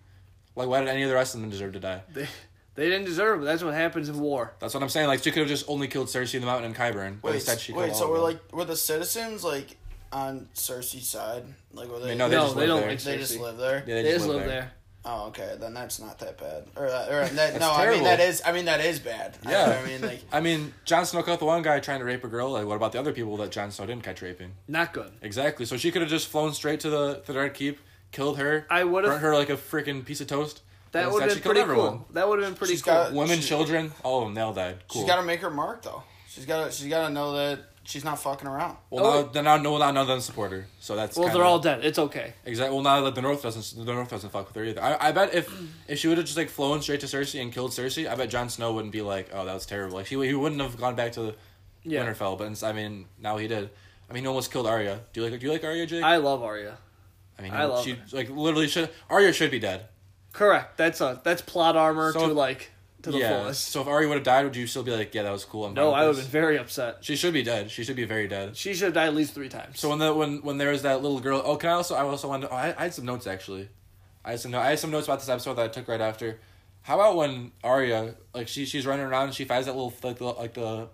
Like why did any of the rest of them deserve to die? They, they didn't deserve it. That's what happens in war. That's what I'm saying. Like she could have just only killed Cersei in the mountain and Kyburn, but Wait, instead she wait. killed So all we're of them. like, were the citizens like on Cersei's side? Like, were they? no, they no, just they live don't. there. Like they Cersei. just live there. Yeah, They, just live there. Oh, okay. Then that's not that bad. Or, that, or that, no, I mean terrible. that is. I mean that is bad. I- Yeah. I, mean like I mean, Jon Snow caught the one guy trying to rape a girl. Like, what about the other people that Jon Snow didn't catch raping? Not good. Exactly. So she could have just flown straight to the to the Red Keep, killed her. I would've- burnt her like a freaking piece of toast. That and would have instead been she killed pretty cool. That would have been pretty She's cool. got- Women, She- children, all of them, they all died. Cool. she's got to make her mark though. She's got to. She's got to know that she's not fucking around. well, Oh, now, then now no, now none of them support her. So that's well, kinda- they're all dead. It's okay. Exactly. Well, now that the North doesn't, the North doesn't fuck with her either. I, I bet if Mm. if she would have just like flown straight to Cersei and killed Cersei, I bet Jon Snow wouldn't be like, oh, that was terrible. Like he he wouldn't have gone back to the Yeah. Winterfell. But it's- I mean, now he did. I mean, he almost killed Arya. Do you like? Do you like Arya, Jake? I love Arya. I mean, I love she her. like literally should Arya should be dead. Correct. That's a that's plot armor So- to like to the fullest. So if Arya would have died, would you still be like, yeah, that was cool? I'm No, fine I would with have this"? been very upset. She should be dead. She should be very dead. She should have died at least three times. So when the when when there was that little girl. Oh, can I also? I also wanted. To, oh, I, I had some notes actually. I had some. No, I had some notes about this episode that I took right after. How about when Arya like she she's running around and she finds that little like the like the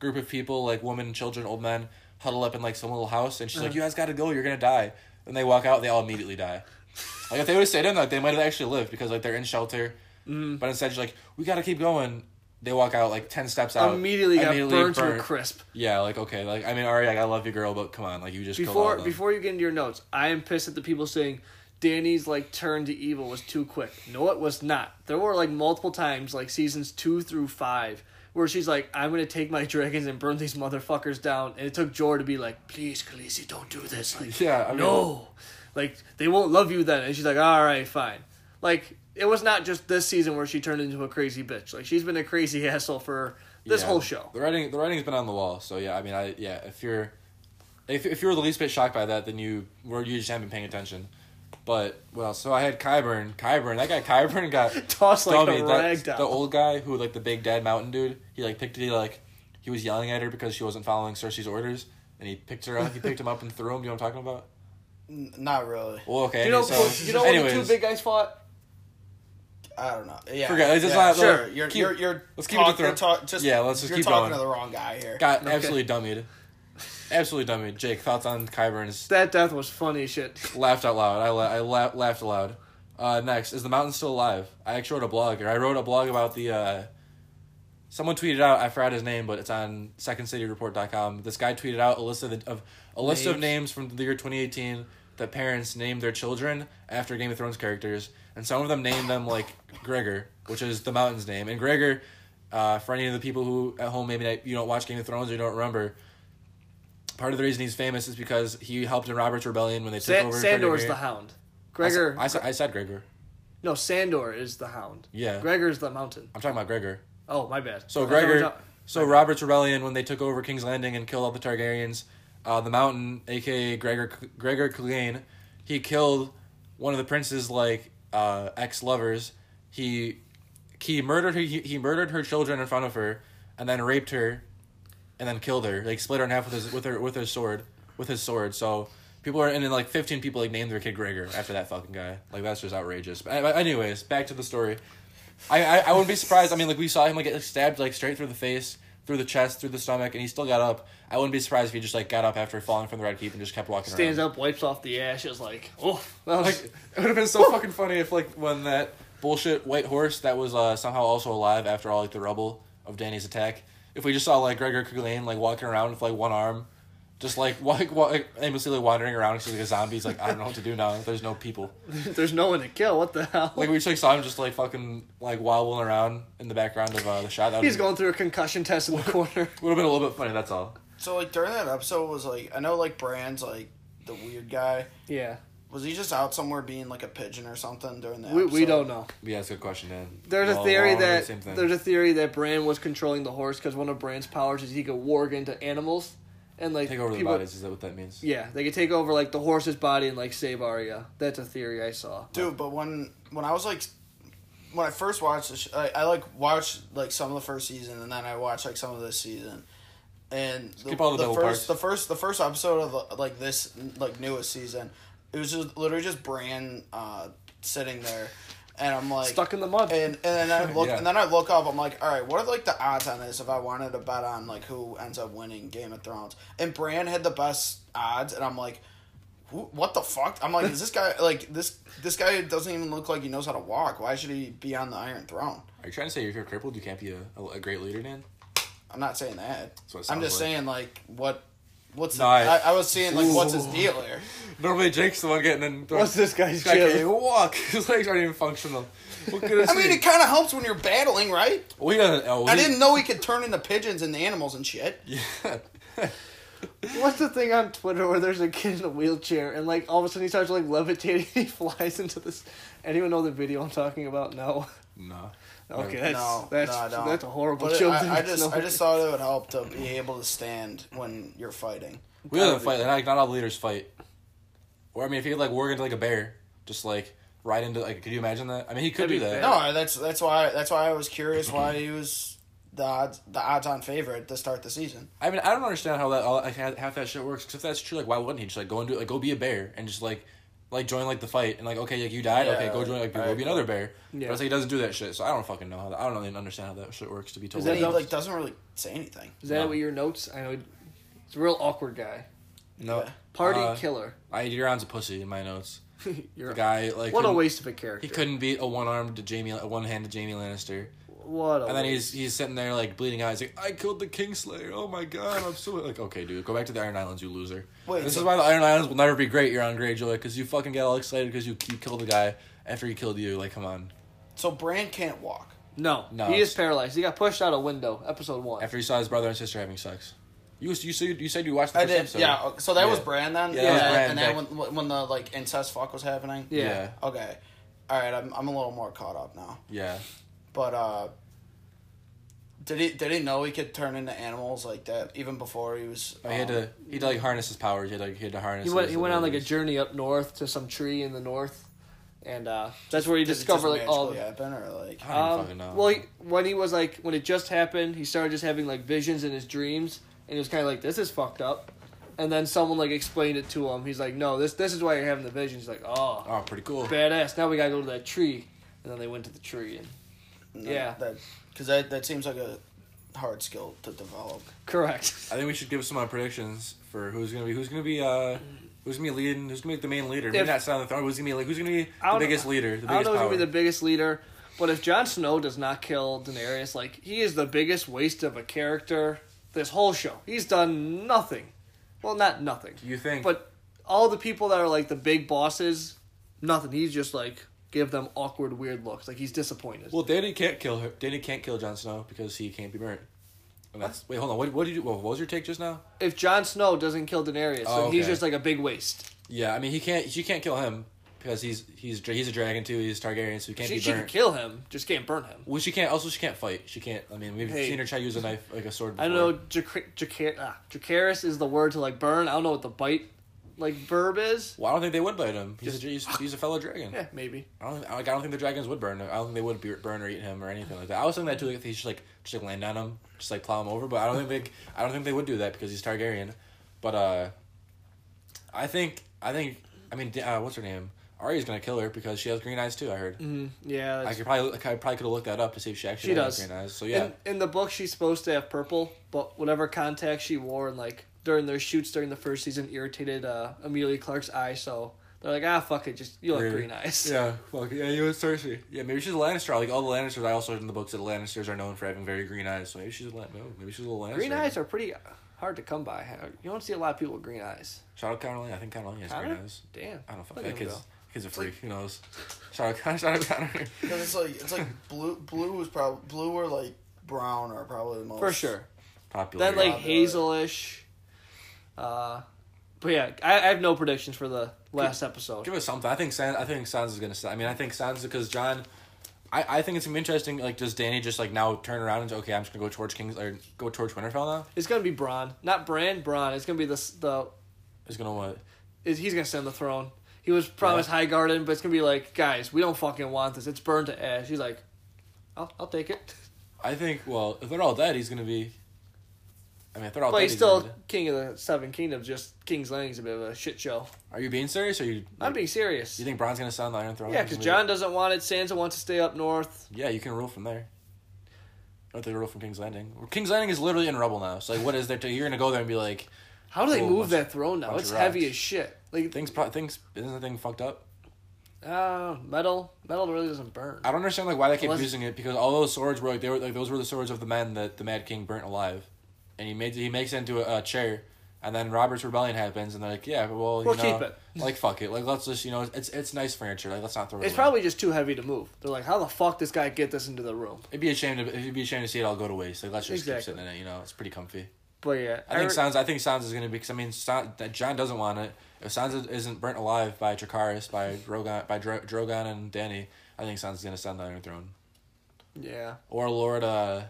group of people like women, children, old men huddle up in like some little house and she's Uh-huh. like, you guys got to go. You're gonna die. And they walk out. and They all immediately die. Like if they would have stayed in, like they might have actually lived because like they're in shelter. Mm-hmm. Mm. But instead, she's like, "We gotta keep going." They walk out like ten steps out. immediately got burned, to a uh, burnt. crisp. Yeah, like okay, like I mean, Arya, like, I love you, girl, but come on, like you just killed all Before of them. before you get into your notes, I am pissed at the people saying Danny's like turn to evil was too quick. No, it was not. There were like multiple times, like seasons two through five, where she's like, "I'm gonna take my dragons and burn these motherfuckers down," and it took Jor to be like, "Please, Khaleesi, don't do this." Like, Yeah, I mean- no, like they won't love you then. And she's like, "All right, fine." Like it was not just this season where she turned into a crazy bitch. Like she's been a crazy asshole for this Yeah. whole show. The writing, the writing's been on the wall. So yeah, I mean, I yeah, if you're, if if you were the least bit shocked by that, then you were you just haven't been paying attention. But well, so I had Kyburn, Kyburn, that guy Kyburn got Tossed like a dummied. rag doll. The old guy who like the big dead mountain dude, he like picked he like he was yelling at her because she wasn't following Cersei's orders, and he picked her up. He picked him up and threw him. Do you know what I'm talking about? N- not really. Well, okay. You know, so, you know when the um, anyways, two big guys fought. I don't know. Yeah. Forget it. It's just yeah, not- sure. like, You're, keep- you're you're let's keep it to talk- the- you're talk- just, Yeah, let's just you're keep talking going. to the wrong guy here. got absolutely dummied. Absolutely dummied. Jake, thoughts on Kyburn's That death was funny as shit. laughed out loud. I, la- I la- laughed aloud. Uh, next is the mountain still alive? I actually wrote a blog, or I wrote a blog about the. Uh, someone tweeted out. I forgot his name, but it's on secondcityreport.com. This guy tweeted out a list of, the, of a list of names from the year 2018 that parents named their children after Game of Thrones characters, and some of them named them like Gregor, which is the mountain's name, and Gregor. Uh, for any of the people who at home maybe not- you don't watch Game of Thrones or you don't remember, part of the reason he's famous is because he helped in Robert's Rebellion when they took Sa- over. Sandor's Frederick. the hound. I said- Gregor. I said, I said Gregor. no, Sandor is the hound. Yeah. Gregor's the mountain. I'm talking about Gregor. Oh, my bad. So I thought we were Gregor. talk- So Robert's rebellion when they took over King's Landing and killed all the Targaryens, uh, the Mountain, aka Gregor Gregor Clegane, he killed one of the prince's like uh, ex lovers. He he murdered her, he, he murdered her children in front of her, and then raped her, and then killed her. Like split her in half with his with her with his sword with his sword. So people are and then like fifteen people like named their kid Gregor after that fucking guy. Like that's just outrageous. But a- anyways, back to the story. I, I, I wouldn't be surprised. I mean, like we saw him like get stabbed like straight through the face, through the chest, through the stomach, and he still got up. I wouldn't be surprised if he just like got up after falling from the red keep and just kept walking. stands around. up, wipes off the ashes, like, oh, that was, Like it would have been so fucking funny if like when that bullshit white horse that was uh, somehow also alive after all like the rubble of Danny's attack. If we just saw like Gregor Clegane like walking around with like one arm, just like walk, walk like, aimlessly like wandering around, he's like a zombie. He's like I don't know what to do now. There's no people. there's no one to kill. What the hell? Like we just like saw him just like fucking like wobbling around in the background of uh, the shot. That He's going through a concussion test in the corner. Would have been a little bit funny. That's all. So like during that episode was like I know like Brand's like the weird guy. yeah. Was he just out somewhere being like a pigeon or something during that? We, we don't know. Yeah, that's a good question, Dan. There's We're a all- theory we're all that the same thing. there's a theory that Bran was controlling the horse because one of Bran's powers is he could warg into animals and like take over the people- bodies. Is that what that means? Yeah, they could take over like the horse's body and like save Arya. That's a theory I saw. Dude, but when when I was like when I first watched this, I, I like watched like some of the first season and then I watched like some of this season. And the, keep all the the middle parts. first the first the first episode of like this like newest season, It was just literally just Bran uh, sitting there, and I'm like Stuck in the mud. And and then I look Yeah. and then I look up. I'm like, all right, what are like the odds on this if I wanted to bet on like who ends up winning Game of Thrones? And Bran had the best odds, and I'm like. Who, what the fuck? I'm like, is this guy like this? This guy doesn't even look like he knows how to walk. Why should he be on the Iron Throne? Are you trying to say if you're crippled, you can't be a, a, a great leader, Dan? I'm not saying that. what it I'm sounds just like. saying like what, what's No, I- the, I, I was seeing like what's his deal here. Normally, Jake's the one getting in. What's this guy's guy can't jib? even walk. His legs aren't even functional. What could I mean, it kind of helps when you're battling, right? we don't. Oh, we, I didn't know he could turn into pigeons and animals and shit. What's the thing on Twitter where there's a kid in a wheelchair and like all of a sudden he starts like levitating, he flies into this. Anyone know the video I'm talking about? No. No. Okay, No. that's no, that's no, I don't. that's a horrible But it- children. I, I no. just, I just thought it would help to be able to stand when you're fighting. We E. don't fight. Like, not all leaders fight. Or I mean, if he could, like work into like a bear, just like right into like, could you imagine that? I mean, he could That'd do be that. bad. No, I- that's that's why that's why I was curious why he was the odds the odds on favorite to start the season. I mean, I don't understand how that all like, half half that shit works. 'cause if that's true, like, why wouldn't he just like go and do like go be a bear and just like like join like the fight and like okay, like you died, Yeah, okay, go like, join like go alright, be cool. another bear. Yeah. But it's like he doesn't do that shit, so I don't fucking know how. That, I don't even understand how that shit works. To be told, that And he help? like doesn't really say anything. Is that No. what your notes? I know it's a real awkward guy. no, Yeah. Party Uh, killer. I Euron's a pussy in my notes. You're The guy like What a couldn't- waste of a character. He couldn't beat a one armed Jamie, a one handed Jamie Lannister. What a And then waste. he's he's sitting there like bleeding out. He's like, "I killed the Kingslayer. Oh my god, I'm so like, okay, dude, go back to the Iron Islands, you loser." Wait, this so- is why the Iron Islands will never be great. You're on Greyjoy because you fucking get all excited because you you killed the guy after he killed you. Like, come on. So Bran can't walk. no, No. he is paralyzed. He got pushed out a window. Episode one. After he saw his brother and sister having sex, you you said you said you watched the I first did. episode. Yeah. So that was Yeah. Bran then. Yeah, that was Bran And then back- when when the like incest fuck was happening. Yeah. yeah, Okay. All right. I'm I'm a little more caught up now. yeah. But uh, did he did he know he could turn into animals like that even before he was? But he had um, to he had to like harness his powers. He had to, he had to harness. he went his he went on like a abilities. journey up north to some tree in the north, and uh, that's where he did it just discovered like all. magically the happen or like I don't Um, fucking know. Well, he, when he was like, when it just happened, he started just having like visions in his dreams, and he was kind of like, "This is fucked up." And then someone like explained it to him. He's like, "No, this this is why you're having the visions." He's like, "Oh, oh, pretty cool. badass! Now we gotta go to that tree." And then they went to the tree, and yeah. that because that that seems like a hard skill to develop. correct. I think we should give some uh, predictions for who's gonna be who's gonna be uh who's gonna be leading who's gonna be the main leader. Maybe If- not sit on the throne. Who's gonna be like who's gonna be I the don't biggest know. leader? The I don't biggest know if he's power. gonna be the biggest leader, but if Jon Snow does not kill Daenerys, like he is the biggest waste of a character this whole show. He's done nothing. Well, not nothing. you think? But all the people that are like the big bosses, nothing. He's just like give them awkward, weird looks. Like he's disappointed. well, Danny can't kill her. Danny can't kill Jon Snow because he can't be burnt. And that's wait, hold on. What what did you? What was your take just now? if Jon Snow doesn't kill Daenerys, Oh, then he's okay. just like a big waste. Yeah, I mean he can't. She can't kill him because he's he's dra- he's a dragon too. He's Targaryen, so he can't She, be she burnt. can kill him, just can't burn him. well, she can't. Also, she can't fight. She can't. I mean, we've Hey. seen her try to use a knife like a sword. Before. I don't know. Jacaris Jaca- ah, Jacaerys is the word to like burn. I don't know what the bite like verb is. Well, I don't think they would bite him. He's a, he's, he's a fellow dragon. Yeah, maybe. I don't, think- like, I don't think the dragons would burn. him. I don't think they would be- burn or eat him or anything like that. I was thinking that too. Like if he just like just like land on him, just like plow him over. But I don't think they, I don't think they would do that because he's Targaryen. But uh, I think I think I mean da- uh, what's her name? Arya's gonna kill her because she has green eyes too. I heard. Yeah, I that's- could probably I probably could have looked that up to see if she actually Mm-hmm. she had does. green eyes. So yeah, In, in the book, she's supposed to have purple, but whatever contacts she wore and like during their shoots during the first season irritated uh, Amelia Clark's eye. So they're like, ah, fuck it, just you have Weird. green eyes. Yeah, fuck yeah, you and Cersei. Yeah, maybe she's a Lannister. Like all the Lannisters, I also heard in the books that the Lannisters are known for having very green eyes. So maybe she's a Lan- no, maybe she's a little Lannister. Green eyes are pretty hard to come by. You don't see a lot of people with green eyes. Shout out Connor Lane. I think Connor Lane has green Connor? eyes. Damn. I don't fuck Look that at him kid's, go. kid's a freak. Who knows? Shout out Connor. Shout out Connor. 'Cause it's like it's like blue blue was probably blue or like brown are probably the most For sure. Popular. That like I'll do it. hazelish. Uh, but yeah, I, I have no predictions for the last episode. Give us something. I think Sans. I think Sans is gonna. sa- I mean, I think Sans because John. I, I think it's gonna be interesting. Like, does Danny just like now turn around and say, okay, I'm just gonna go towards Kings or go towards Winterfell now? It's gonna be Bron, not Bran. Bron. It's gonna be the s- the. Is gonna what? Is he's gonna stand the throne? He was promised High Garden, but it's gonna be like, guys, we don't fucking want this. It's burned to ash. He's like, I'll I'll take it. I think. Well, if they're all dead, he's gonna be. I mean, I thought all But he's 30s still ended. king of the Seven Kingdoms. Just King's Landing's a bit of a shit show. Are you being serious? Or you? I'm being serious. You think Bron's gonna sit on the Iron Throne? Yeah, because We- John doesn't want it. Sansa wants to stay up north. Yeah, you can rule from there. Don't they rule from King's Landing? Well, King's Landing is literally in rubble now. So like, what is there? To, you're gonna go there and be like, How do they Whoa, move bunch- that throne now? bunch It's of heavy rocks. as shit. Like things, pro- things, isn't the thing fucked up? uh, metal, metal really doesn't burn. I don't understand like why they kept Unless- using it because all those swords were like they were like those were the swords of the men that the Mad King burnt alive, and he made he makes it into a, a chair, and then Robert's rebellion happens, and they're like, yeah, well, you We'll know, keep it. like fuck it, like let's just you know it's it's nice furniture, like let's not throw it. It's away. probably just too heavy to move. They're like, how the fuck this guy get this into the room? it'd be a shame to it'd be a shame to see it all go to waste. Like let's just keep Exactly. sitting in it, you know, it's pretty comfy. But yeah, I think re- Sans. I think Sans is gonna be because I mean Sans, that John doesn't want it. If Sansa isn't burnt alive by Dracarys, by Drogon, by Dro- Drogon and Danny, I think Sansa's gonna stand on the Iron Throne Yeah. or Lord uh,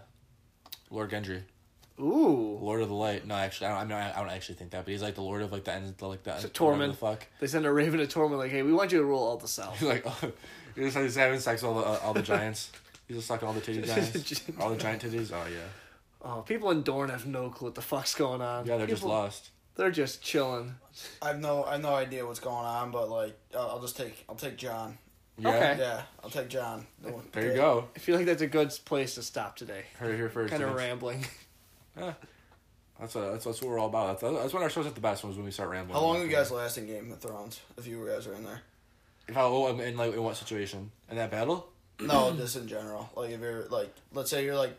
Lord Gendry, Ooh. Lord of the Light. No, actually, I don't. I, mean, I don't actually think that, but he's like the Lord of like the end, the, like the, the Tormund. The fuck, They send a raven to Tormund like, hey, we want you to rule all the south. like oh, he's, he's having sex with all the uh, all the giants. He's just sucking all the titty giants, all the giant titties. Oh yeah, Oh, people in Dorne have no clue what the fuck's going on. yeah, they're just People- lost. They're just chilling. I have no, I have no idea what's going on, but like, I'll, I'll just take, I'll take John. Yeah, Okay. Yeah, I'll take John. The one- there you go. I feel like that's a good place to stop today. Heard it here first. Kind of Thanks. rambling. That's, what that's that's what we're all about. That's, that's when our shows at the best was when we start rambling. How long are you guys lasting Game of Thrones? If you guys are in there, How oh, in like in what situation? In that battle? no, just in general. Like, if you're like, let's say you're like,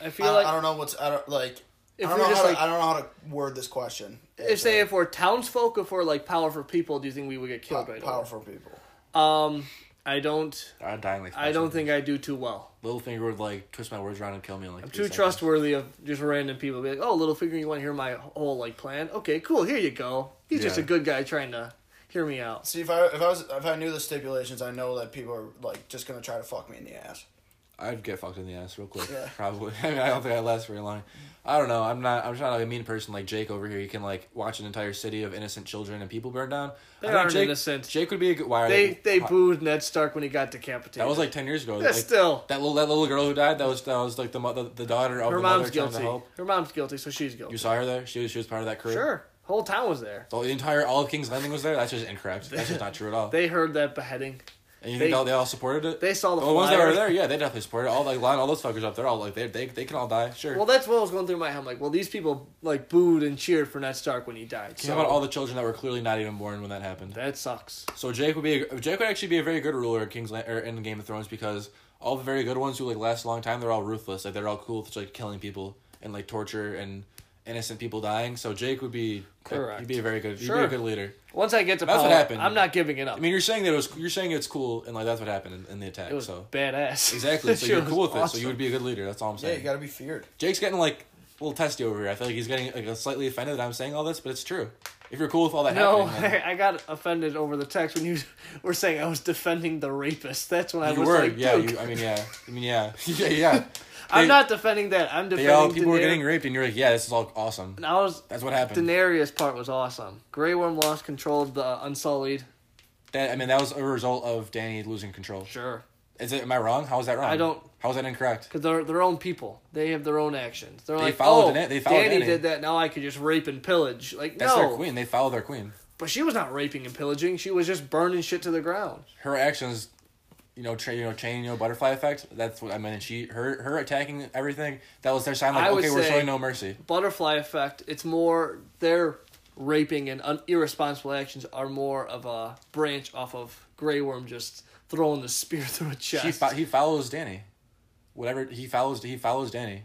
I I, feel like I don't know what's, I don't like, If I don't you're know just how to, like- I don't know how to word this question. if say if we're townsfolk, if we're like powerful people, do you think we would get killed Po- right powerful people. away? Um, I don't. I'm dying like. I don't think I do too well. Littlefinger would like twist my words around and kill me. In, like, I'm three too seconds. trustworthy of just random people. Be like, oh, little figure, you want to hear my whole like plan? Okay, cool. Here you go. He's just a Yeah. good guy trying to hear me out. See, if I if I was if I knew the stipulations, I know that people are like just gonna try to fuck me in the ass. I'd get fucked in the ass real quick. Yeah. Probably. I mean, I don't think I'd last very long. I don't know. I'm not. I'm just not like a mean person like Jake over here. You can like watch an entire city of innocent children and people burn down. They I think aren't Jake, innocent. Jake would be a good. Why are They they booed Ned Stark when he got decapitated. That was like ten years ago. Yeah, Like, still. That little that little girl who died. That was that was like the mother, the daughter of her the mom's mother trying to guilty. help. Her mom's guilty, so she's guilty. You saw her there. She was she was part of that crew. Sure, whole town was there. The entire all of King's Landing was there. That's just incorrect. That's just not true at all. They heard that beheading. and you they- think all, they all supported it? they saw the ones that flyer. were there. Yeah, they definitely supported it. All like line all those fuckers up. They're all like they they they can all die. Sure. Well, that's what was going through my head. I'm like, well, these people like booed and cheered for Ned Stark when he died. So How about all the children that were clearly not even born when that happened? that sucks. So Jake would be a, Jake would actually be a very good ruler in King's Lan- or in Game of Thrones because all the very good ones who like last a long time, they're all ruthless. Like they're all cool with just, like killing people and like torture and innocent people dying. So Jake would be Correct. He'd be a very good. He'd be Sure. a good leader. Once I get to That's power, what happened. I'm not giving it up. I mean, you're saying that it was you're saying it's cool and like that's what happened in, in the attack. it was so badass. exactly. So Shit you're was cool with it. So awesome. you would be a good leader. That's all I'm Yeah, saying. you gotta be feared. Jake's getting like a little testy over here. I feel like he's getting like slightly offended that I'm saying all this, but it's true. If you're cool with all that No, happening, then- I, I got offended over the text when you were saying I was defending the rapist. That's when I you was were, like, yeah. Dude, You, I mean, yeah. I mean, yeah, yeah, yeah. I'm They- not defending that. I'm They defending. all people were Daener- getting raped, and you're like, yeah, this is all awesome. And I was. That's what happened. Daenerys part was awesome. Grey Worm lost control of the uh, Unsullied. That I mean, that was a result of Danny losing control. Sure, Is it? Am I wrong? How is that wrong? I don't- How is that incorrect? because they're their own people. They have their own actions. They're like, followed oh, Daener- they followed Danny Dany. did that. Now I could just rape and pillage. Like That's no, their queen. They follow their queen. but she was not raping and pillaging. She was just burning shit to the ground. Her actions, you know, tra- you know, chain, you know, butterfly effect. That's what I mean. And she, her, her attacking everything. That was their sign. Like, I would okay, we're say- showing no mercy. butterfly effect, it's more their raping and un- irresponsible actions are more of a branch off of Grey Worm just throwing the spear through a chest. She, fo- he follows Danny. Whatever he follows, he follows Danny.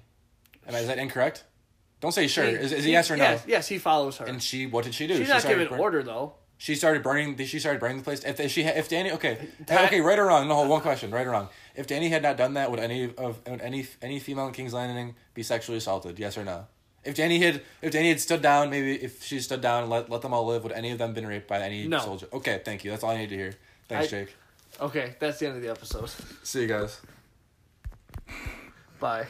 Am I, is that incorrect? Don't say sure. Is, is it yes or no? Yes, yes, he follows her. And she, what did she do? She's She not started giving burn- order though. She started burning. She started burning the place. If if she, had- if Danny, okay, okay, right or wrong? No, hold, one question, right or wrong? If Danny had not done that, would any of would any any female in King's Landing be sexually assaulted? Yes or no? If Danny had if Danny had stood down, maybe if she stood down and let let them all live, would any of them been raped by any No. soldier? Okay, thank you. That's all I need to hear. Thanks, I- Jake. Okay, that's the end of the episode. See you guys. Bye.